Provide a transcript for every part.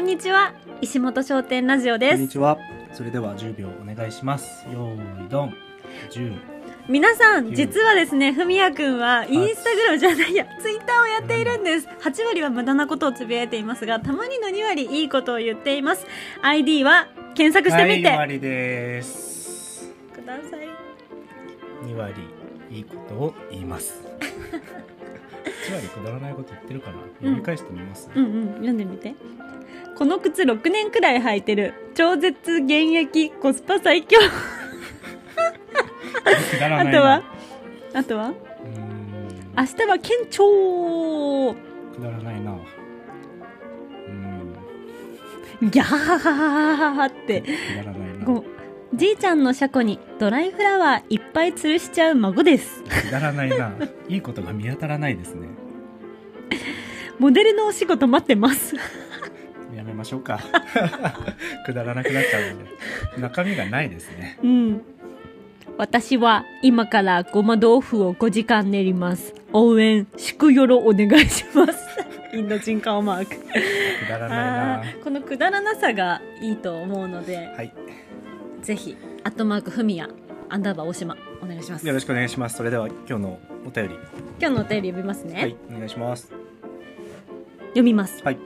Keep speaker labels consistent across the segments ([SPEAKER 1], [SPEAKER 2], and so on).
[SPEAKER 1] んにちは石本商店ラジオ
[SPEAKER 2] こ
[SPEAKER 1] で
[SPEAKER 2] んに
[SPEAKER 1] す
[SPEAKER 2] ちは。それでは10秒お願いします。よーいどん。10。
[SPEAKER 1] 皆さん
[SPEAKER 2] 九
[SPEAKER 1] 実はですねふみやくんはインスタグラムじゃないやツイッターをやっているんです8割は無駄なことをつぶやいていますがたまにの2割いいことを言っています ID は検索してみて
[SPEAKER 2] はい、2割です。
[SPEAKER 1] ください
[SPEAKER 2] 2割いいことを言い ます。1割くだらないこと言ってるから読み返してみます。
[SPEAKER 1] うんうん読んでみてこの靴6年くらい履いてる超絶現役コスパ最強
[SPEAKER 2] くだら
[SPEAKER 1] あ
[SPEAKER 2] ない
[SPEAKER 1] と
[SPEAKER 2] な。
[SPEAKER 1] はあとは
[SPEAKER 2] うーん
[SPEAKER 1] 明日は県庁
[SPEAKER 2] くだらないな。うーん。
[SPEAKER 1] ギャハハハハハっ
[SPEAKER 2] く
[SPEAKER 1] て
[SPEAKER 2] だらないな。
[SPEAKER 1] ごじいちゃんの車庫にドライフラワーいっぱい吊るしちゃう孫です
[SPEAKER 2] くだらない な。いいことが見当たらないですね。
[SPEAKER 1] モデルのお仕事待ってます
[SPEAKER 2] やめましょうか。 くだらなくなっちゃうので。中身がないですね。
[SPEAKER 1] うん私は今からごま豆腐を5時間練ります応援祝よろお願いします インド人顔マーク
[SPEAKER 2] くだら
[SPEAKER 1] あ
[SPEAKER 2] ない
[SPEAKER 1] ーこのくだらなさがいいと思うので
[SPEAKER 2] な。はい。
[SPEAKER 1] ぜひアットマークふみやアンダーバー大島お願いします
[SPEAKER 2] よ
[SPEAKER 1] 今
[SPEAKER 2] ろしくお願いします。それでは今日のお便り、
[SPEAKER 1] 日のお便り読みますね、
[SPEAKER 2] はい、お願いします。
[SPEAKER 1] 読みます
[SPEAKER 2] はい、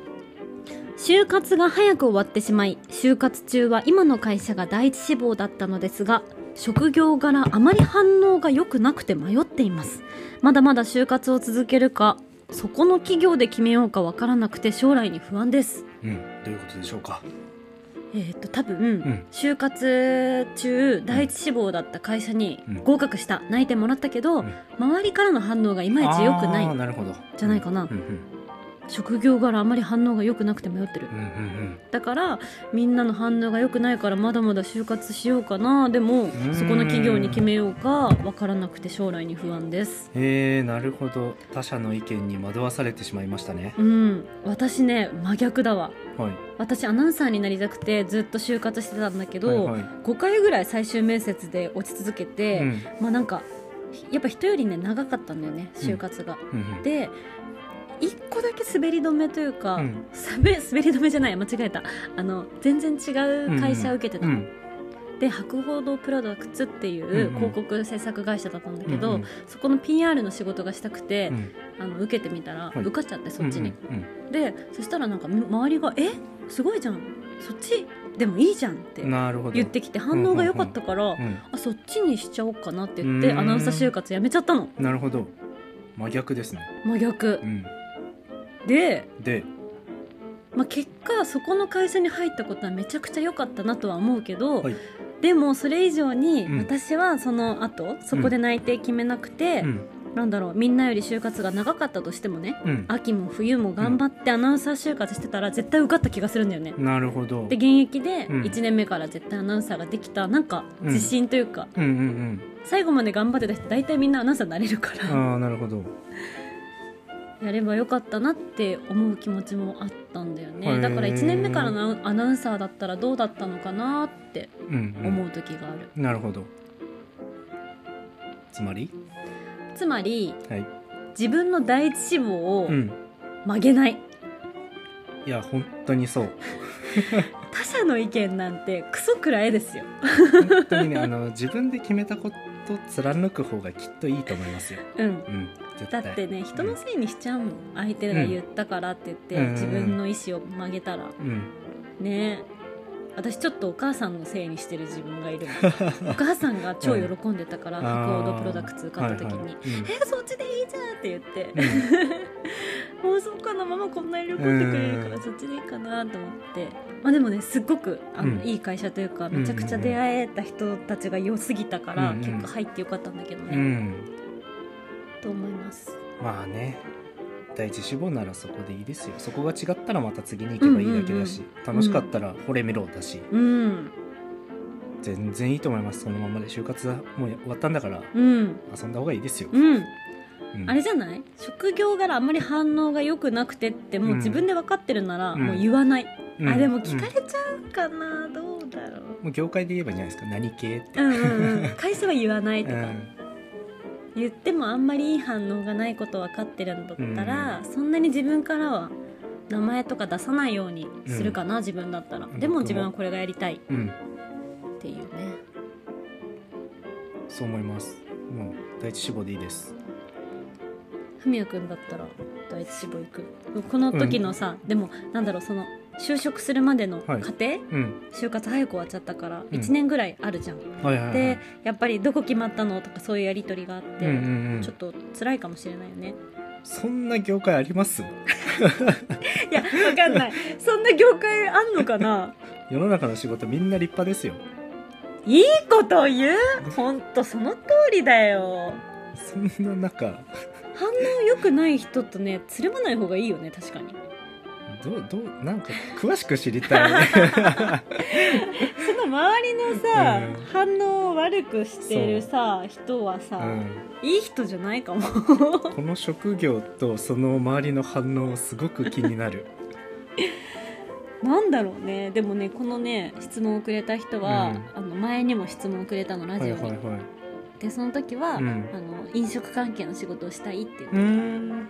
[SPEAKER 1] 就活が早く終わってしまい就活中は今の会社が第一志望だったのですが職業柄あまり反応が良くなくて迷っていますまだまだ就活を続けるかそこの企業で決めようかわからなくて将来に不安です
[SPEAKER 2] うん、どういうことでしょうか。
[SPEAKER 1] えーっと多分、
[SPEAKER 2] ん
[SPEAKER 1] 就活中第一志望だった会社に
[SPEAKER 2] うん
[SPEAKER 1] 合格した、内定もらったけど、
[SPEAKER 2] うん
[SPEAKER 1] 周りからの反応がいまいち良くな
[SPEAKER 2] あー
[SPEAKER 1] い
[SPEAKER 2] なるほど。
[SPEAKER 1] じゃないかな
[SPEAKER 2] うん、うん、
[SPEAKER 1] 職業柄あまり反応が良くなくて迷ってる
[SPEAKER 2] うん、うん、
[SPEAKER 1] だからみんなの反応が良くないからまだまだ就活しようかなでも
[SPEAKER 2] ーん
[SPEAKER 1] そこの企業に決めようか分からなくて将来に不安です
[SPEAKER 2] うん。えー、なるほど。他者の意見に惑わされてしまいましたね。
[SPEAKER 1] うん私ね真逆だわ
[SPEAKER 2] はい。
[SPEAKER 1] 私アナウンサーになりたくてずっと就活してたんだけど、
[SPEAKER 2] はいはい
[SPEAKER 1] 5回ぐらい最終面接で落ち続けて、
[SPEAKER 2] うん、
[SPEAKER 1] まあなんかやっぱ人よりね長かったんだよね就活が、
[SPEAKER 2] うん、うん。
[SPEAKER 1] で1個だけ滑り止めというか、
[SPEAKER 2] うん
[SPEAKER 1] 滑り滑り止めじゃない間違えたあの全然違う会社を受けてた
[SPEAKER 2] う
[SPEAKER 1] の、
[SPEAKER 2] ん、
[SPEAKER 1] で博報堂プロダクツってい
[SPEAKER 2] うんう
[SPEAKER 1] うん広告制作会社だったんだけど、
[SPEAKER 2] うんうん
[SPEAKER 1] そこの PR の仕事がしたくて
[SPEAKER 2] う、ん、
[SPEAKER 1] あの受けてみたら、
[SPEAKER 2] はい
[SPEAKER 1] 受かっちゃってそっちに、
[SPEAKER 2] うん、うん
[SPEAKER 1] でそしたらなんかみ周りが「えすごいじゃんそっちでもいいじゃん」って
[SPEAKER 2] うんなるほど。
[SPEAKER 1] 言ってきて反応が良かったから、
[SPEAKER 2] う
[SPEAKER 1] あそっちにしちゃおうかなって言って
[SPEAKER 2] うん
[SPEAKER 1] アナウンサー就活やめちゃったの
[SPEAKER 2] ん、なるほど。真逆ですね。
[SPEAKER 1] 真逆
[SPEAKER 2] う、ん。
[SPEAKER 1] で、
[SPEAKER 2] で、
[SPEAKER 1] まあ、結果そこの会社に入ったことはめちゃくちゃ良かったなとは思うけど、
[SPEAKER 2] はい
[SPEAKER 1] でもそれ以上に
[SPEAKER 2] うん
[SPEAKER 1] 私はその後そこで内定決めなくて、
[SPEAKER 2] うん、
[SPEAKER 1] なんだろうみんなより就活が長かったとしてもね
[SPEAKER 2] うん。
[SPEAKER 1] 秋も冬も頑張ってアナウンサー就活してたら絶対受かった気がするんだよね。
[SPEAKER 2] なるほど。
[SPEAKER 1] で現役で
[SPEAKER 2] うん
[SPEAKER 1] 1年目から絶対アナウンサーができたなんか
[SPEAKER 2] うん
[SPEAKER 1] 自信というか、
[SPEAKER 2] うん、うん、
[SPEAKER 1] 最後まで頑張ってた人大体みんなアナウンサーになれるか
[SPEAKER 2] うん。
[SPEAKER 1] ら、
[SPEAKER 2] ああ、なるほど。
[SPEAKER 1] やればよかったなって思う気持ちもあったんだよ
[SPEAKER 2] へ
[SPEAKER 1] ね
[SPEAKER 2] ー
[SPEAKER 1] だから1年目からのアナウンサーだったらどうだったのかなって
[SPEAKER 2] うん、うん。
[SPEAKER 1] 思う時がある、
[SPEAKER 2] なるほど。つまり、
[SPEAKER 1] つまり
[SPEAKER 2] はい。
[SPEAKER 1] 自分の第一志望を
[SPEAKER 2] うん。
[SPEAKER 1] 曲げない、
[SPEAKER 2] いや、本当にそう。
[SPEAKER 1] 他者の意見なんてクソくらえですよ
[SPEAKER 2] 本当にね、あの、自分で決めたこと貫く方がきっといいと思いますよ。
[SPEAKER 1] うん
[SPEAKER 2] うん。絶
[SPEAKER 1] だ
[SPEAKER 2] 対。
[SPEAKER 1] ってね人のせいにしちゃうもん相手が言ったからって言って、
[SPEAKER 2] うん
[SPEAKER 1] 自分の意思を曲げたら
[SPEAKER 2] うん。
[SPEAKER 1] ね私ちょっとお母さんのせいにしてる自分がい るもんお母さんが超喜んでたから
[SPEAKER 2] あ
[SPEAKER 1] 博報
[SPEAKER 2] ー
[SPEAKER 1] 堂プロダクツ受かった時に「
[SPEAKER 2] はいはい
[SPEAKER 1] えそっちでいいじゃん」って言って
[SPEAKER 2] うんうん
[SPEAKER 1] 「もうそっかなママこんなに喜んでくれるから
[SPEAKER 2] うん
[SPEAKER 1] そっちでいいかな」と思って、まあ、でもねすっごくあの、
[SPEAKER 2] うん
[SPEAKER 1] いい会社というかめちゃくちゃ出会えた人たちが良すぎたから、
[SPEAKER 2] うんうん
[SPEAKER 1] 結果入ってよかったんだけどね、
[SPEAKER 2] うん。
[SPEAKER 1] と思います。
[SPEAKER 2] まあね。第一志望ならそこでいいですよ。そこが違ったらまた次に行けばいいだけだし、
[SPEAKER 1] う
[SPEAKER 2] 楽しかったら惚れ見ろだし、
[SPEAKER 1] うん、
[SPEAKER 2] 全然いいと思います。そのままで就活はもう終わったんだから、
[SPEAKER 1] うん
[SPEAKER 2] 遊んだ方がいいですよ。
[SPEAKER 1] うん、
[SPEAKER 2] うん
[SPEAKER 1] あれじゃない職業柄あんまり反応が良くなくてってもううん自分で分かってるなら
[SPEAKER 2] うん
[SPEAKER 1] もう言わない、
[SPEAKER 2] うん
[SPEAKER 1] あでも聞かれちゃうかな、どう だろう
[SPEAKER 2] うんもう業界で言えばいいんじゃないですか。何系って。
[SPEAKER 1] うんうんうん会社は言わないとか、
[SPEAKER 2] うん
[SPEAKER 1] 言ってもあんまりいい反応がないこと分かってるんだったら、そんなに自分からは名前とか出さないようにするかな、自分だったら
[SPEAKER 2] ん
[SPEAKER 1] でも
[SPEAKER 2] 僕も
[SPEAKER 1] 自分はこれがやりたいっ
[SPEAKER 2] うん
[SPEAKER 1] ていうね
[SPEAKER 2] そう思いますもう第一志望でいいです
[SPEAKER 1] ふみやくんだったら第一志望行くこの時のさ、でもなんだろうその就職するまでの過
[SPEAKER 2] はい
[SPEAKER 1] 程、
[SPEAKER 2] うん
[SPEAKER 1] 就活早く終わっちゃったから
[SPEAKER 2] うん
[SPEAKER 1] 1年ぐらいあるじゃん、
[SPEAKER 2] はいはいはい
[SPEAKER 1] でやっぱりどこ決まったのとかそういうやり取りがあって、
[SPEAKER 2] うんうんうん
[SPEAKER 1] ちょっと辛いかもしれないよ ね
[SPEAKER 2] そんな業界あります
[SPEAKER 1] いやわかんないそんな業界あんのか な
[SPEAKER 2] 世の中の仕事みんな立派ですよ
[SPEAKER 1] いいこと言うほんとその通りだよ
[SPEAKER 2] そんな中
[SPEAKER 1] 反応良くない人とねつるまない方がいいよね確かに
[SPEAKER 2] どうどうなんか詳しく知りた い
[SPEAKER 1] その周りのさ、
[SPEAKER 2] う
[SPEAKER 1] 反応を悪くしてるさ人はさ、
[SPEAKER 2] うん、
[SPEAKER 1] いい人じゃないかも
[SPEAKER 2] この職業とその周りの反応すごく気に なる
[SPEAKER 1] なんだろうねでもねこのね質問をくれた人は、あ
[SPEAKER 2] うん
[SPEAKER 1] の前にも質問をくれたのラ
[SPEAKER 2] は
[SPEAKER 1] ジ
[SPEAKER 2] い
[SPEAKER 1] オ
[SPEAKER 2] は
[SPEAKER 1] に、
[SPEAKER 2] いはい
[SPEAKER 1] でその時は、
[SPEAKER 2] うん
[SPEAKER 1] あの飲食関係の仕事をしたいって言って、
[SPEAKER 2] ん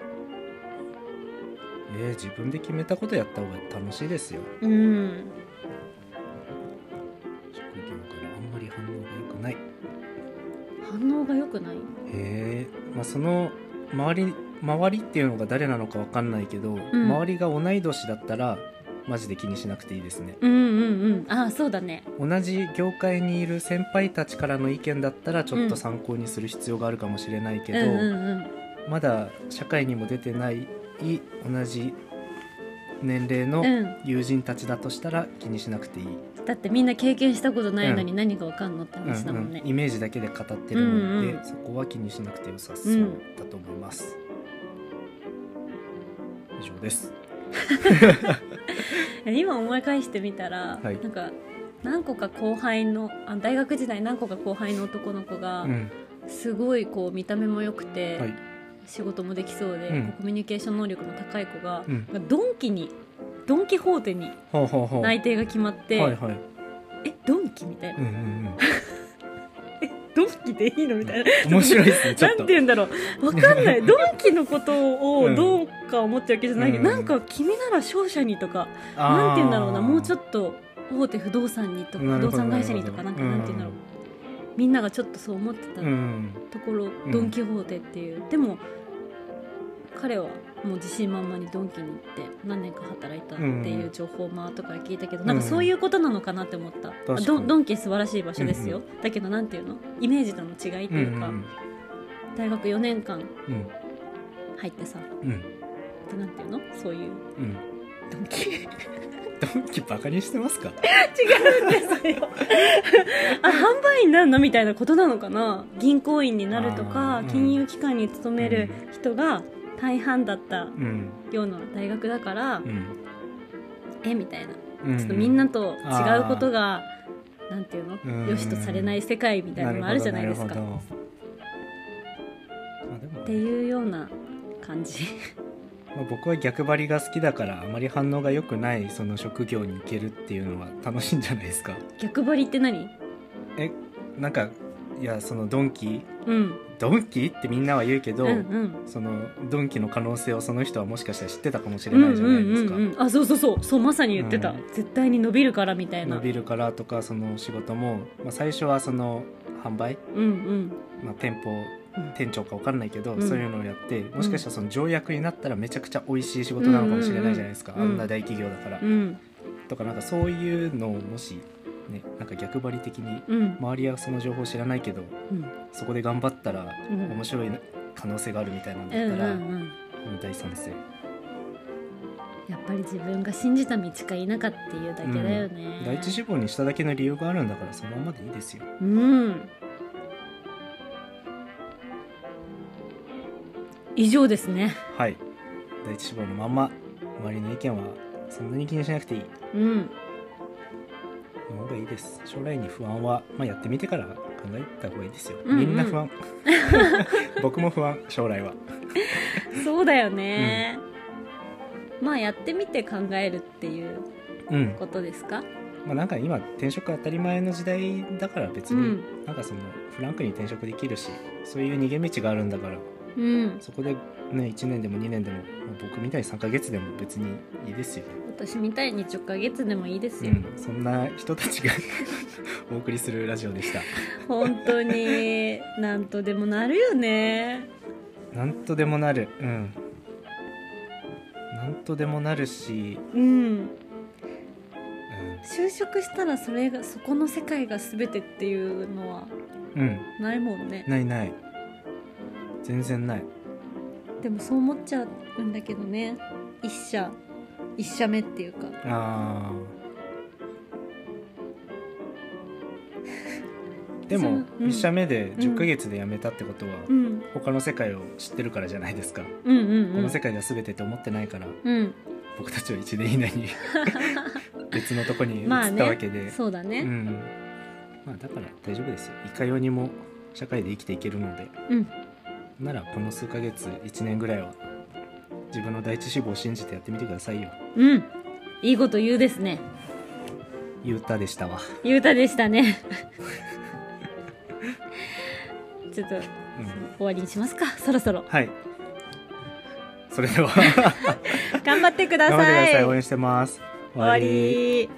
[SPEAKER 2] えー、自分で決めたことやった方が楽しいですよ
[SPEAKER 1] うん、
[SPEAKER 2] 職業からあんまり反応が良くないへ
[SPEAKER 1] 反応が良くない
[SPEAKER 2] えまあその周り周りっていうのが誰なのかわかんないけど、
[SPEAKER 1] ん
[SPEAKER 2] 周りが同い年だったらマジで気にしなくていいですね
[SPEAKER 1] うんうんうんああそうだね
[SPEAKER 2] 同じ業界にいる先輩たちからの意見だったらちょっと参考にする必要があるかもしれないけ
[SPEAKER 1] うん
[SPEAKER 2] ど、
[SPEAKER 1] うんうん
[SPEAKER 2] まだ社会にも出てない同じ年齢の
[SPEAKER 1] う
[SPEAKER 2] 友人たちだとしたら気にしなくていい、
[SPEAKER 1] ん、だってみんな経験したことないのに何がわかんのって話だもんね、
[SPEAKER 2] イメージだけで語ってるので、
[SPEAKER 1] うんうん
[SPEAKER 2] そこは気にしなくて良さそうだと思います、以上です
[SPEAKER 1] 今思い返してみたら、
[SPEAKER 2] はい
[SPEAKER 1] なんか何個か後輩のあ大学時代何個か後輩の男の子が
[SPEAKER 2] うん
[SPEAKER 1] すごいこう見た目も良くて、
[SPEAKER 2] はい
[SPEAKER 1] 仕事もできそうで、
[SPEAKER 2] うん
[SPEAKER 1] コミュニケーション能力の高い子が
[SPEAKER 2] う、ん
[SPEAKER 1] ドンキにドン・キホーテに
[SPEAKER 2] ほうほうほう
[SPEAKER 1] 内定が決まって、
[SPEAKER 2] はいはい
[SPEAKER 1] えドンキみたいな、
[SPEAKER 2] うんうん
[SPEAKER 1] ドンキでいいのみたいな
[SPEAKER 2] うん面白いですねち ょ
[SPEAKER 1] な
[SPEAKER 2] っ
[SPEAKER 1] ん
[SPEAKER 2] と
[SPEAKER 1] て言うんだろうわかんないドンキのこと
[SPEAKER 2] う
[SPEAKER 1] を
[SPEAKER 2] ん
[SPEAKER 1] どうか思っちゃうわけじゃないけど、
[SPEAKER 2] うん
[SPEAKER 1] なんか君なら商社にとか
[SPEAKER 2] あー
[SPEAKER 1] なんて言うんだろうなもうちょっと大手不動産にとか不
[SPEAKER 2] なる
[SPEAKER 1] 動
[SPEAKER 2] ほど
[SPEAKER 1] 産会社にとかな
[SPEAKER 2] る
[SPEAKER 1] ん
[SPEAKER 2] ほ
[SPEAKER 1] か
[SPEAKER 2] ど
[SPEAKER 1] なんて言うんだろう、みんながちょっとそう思ってた
[SPEAKER 2] うん
[SPEAKER 1] ところ、
[SPEAKER 2] うん
[SPEAKER 1] ドン・キホーテっていうでも彼はもう自信満々にドンキに行って何年か働いたっていう情報をまあ後から聞いたけど、なんかそういうことなのかなって思った、
[SPEAKER 2] かに
[SPEAKER 1] ドンドンキ素晴らしい場所ですよ、
[SPEAKER 2] う
[SPEAKER 1] だけどなんていうのイメージとの違いと
[SPEAKER 2] うんう
[SPEAKER 1] いうか、
[SPEAKER 2] ん
[SPEAKER 1] 大学4年間
[SPEAKER 2] うん
[SPEAKER 1] 入ってさ
[SPEAKER 2] うんうん
[SPEAKER 1] でなんていうのそうい う
[SPEAKER 2] うん
[SPEAKER 1] ドンキ違うん
[SPEAKER 2] ドンキバカにしてますか
[SPEAKER 1] ですよあ販売員になるのみたいなことなのかな銀行員になるとか、
[SPEAKER 2] あーうん
[SPEAKER 1] 金融機関に勤める人が大半だった
[SPEAKER 2] うん
[SPEAKER 1] ような大学だから、
[SPEAKER 2] うん
[SPEAKER 1] えみたいな
[SPEAKER 2] うん
[SPEAKER 1] ちょっとみんなと違うことが、なんていうの、
[SPEAKER 2] うん
[SPEAKER 1] 良しとされない世界みたいなのもあるじゃないですか。
[SPEAKER 2] るほ
[SPEAKER 1] っ
[SPEAKER 2] どまあでも
[SPEAKER 1] ていうような感じ。
[SPEAKER 2] まあ、僕は逆張りが好きだからあまり反応が良くないその職業に行けるっていうのは楽しいんじゃないですか
[SPEAKER 1] 逆張りって何
[SPEAKER 2] なんかいやそのドンキ
[SPEAKER 1] うん。
[SPEAKER 2] ドンキってみんなは言うけ
[SPEAKER 1] う
[SPEAKER 2] ど、
[SPEAKER 1] んうん。
[SPEAKER 2] そのドンキの可能性をその人はもしかしたら知ってたかもし
[SPEAKER 1] う
[SPEAKER 2] れ
[SPEAKER 1] んう
[SPEAKER 2] ないじゃない
[SPEAKER 1] ん
[SPEAKER 2] で
[SPEAKER 1] う
[SPEAKER 2] す
[SPEAKER 1] ん
[SPEAKER 2] か、
[SPEAKER 1] うん。あ、そうそうそう。そう、まさに言ってた。
[SPEAKER 2] うん
[SPEAKER 1] 絶対に伸びるからみたいな。
[SPEAKER 2] 伸びるからとかその仕事も、まあ、最初はその販売、
[SPEAKER 1] うんうん。
[SPEAKER 2] まあ、店舗
[SPEAKER 1] うん
[SPEAKER 2] 店長か分かんないけど、
[SPEAKER 1] うん
[SPEAKER 2] そういうのをやってもしかしたらその条約になったらめちゃくちゃ美味しい仕事なのかもしれないじゃないですか、
[SPEAKER 1] うんうんうん
[SPEAKER 2] あんな大企業だから、
[SPEAKER 1] うん
[SPEAKER 2] とかなんかそういうのをもしねなんか逆張り的に
[SPEAKER 1] うん
[SPEAKER 2] 周りはその情報知らないけど
[SPEAKER 1] うん
[SPEAKER 2] そこで頑張ったら
[SPEAKER 1] うん
[SPEAKER 2] 面白い可能性があるみたいなん
[SPEAKER 1] うん
[SPEAKER 2] だったら、
[SPEAKER 1] うん
[SPEAKER 2] うん大賛成
[SPEAKER 1] やっぱり自分が信じた道か否かっていうだけだよね。
[SPEAKER 2] 第一志望にしただけの理由があるんだからそのままでいいですよ
[SPEAKER 1] うん。以上ですね。
[SPEAKER 2] はい第一志望のまま周りの意見はそんなに気にしなくていい
[SPEAKER 1] うん。
[SPEAKER 2] の方がいいです将来に不安は、まあ、やってみてから考えた方がいいですよ、
[SPEAKER 1] うんうん
[SPEAKER 2] みんな不安 僕も不安将来は
[SPEAKER 1] そうだよね。まあやってみて考えるっていう
[SPEAKER 2] うん
[SPEAKER 1] ことですか。
[SPEAKER 2] まあなんか今転職当たり前の時代だから別に、
[SPEAKER 1] うん
[SPEAKER 2] なんかそのフランクに転職できるしそういう逃げ道があるんだから
[SPEAKER 1] うん
[SPEAKER 2] そこでね1年でも2年でも、まあ僕みたいに3ヶ月でも別にいいですよ、
[SPEAKER 1] 私みたいに10ヶ月でもいいです
[SPEAKER 2] う
[SPEAKER 1] よ、
[SPEAKER 2] ん、そんな人たちが お送りするラジオでした
[SPEAKER 1] 本当 になんとでもなるよね
[SPEAKER 2] なんとでもなるうんなんとでもなるし、
[SPEAKER 1] うん
[SPEAKER 2] う
[SPEAKER 1] 就職したらそれがそこの世界が全てっていうのは
[SPEAKER 2] ん、うん、
[SPEAKER 1] ないもんね
[SPEAKER 2] ないない全然ない
[SPEAKER 1] でもそう思っちゃうんだけどね一社一社目っていうか
[SPEAKER 2] あーでも
[SPEAKER 1] そううん
[SPEAKER 2] 1社目で
[SPEAKER 1] ん
[SPEAKER 2] 10ヶ月で辞めたってことは、
[SPEAKER 1] うん
[SPEAKER 2] 他の世界を知ってるからじゃないですか、
[SPEAKER 1] うんうん
[SPEAKER 2] こ
[SPEAKER 1] うん
[SPEAKER 2] の世界では全てって思ってないから
[SPEAKER 1] うん
[SPEAKER 2] 僕たちは1年以 内に別のとこに移っ
[SPEAKER 1] まあ
[SPEAKER 2] たわけで、
[SPEAKER 1] ねそうだ
[SPEAKER 2] う
[SPEAKER 1] ね
[SPEAKER 2] んまあだから大丈夫ですよいかようにも社会で生きていけるので
[SPEAKER 1] うん
[SPEAKER 2] ならこの数ヶ月1年ぐらいは自分の第一志望を信じてやってみてくださいよ
[SPEAKER 1] うん、いいこと言うですね
[SPEAKER 2] ゆうたでしたわ
[SPEAKER 1] ゆうたでしたねちょっと
[SPEAKER 2] うん
[SPEAKER 1] 終わりにしますかそろそろ
[SPEAKER 2] はいそれでは
[SPEAKER 1] 頑張ってくだ
[SPEAKER 2] 頑張ってく
[SPEAKER 1] さ
[SPEAKER 2] ださ
[SPEAKER 1] い
[SPEAKER 2] い応援してます
[SPEAKER 1] 終わり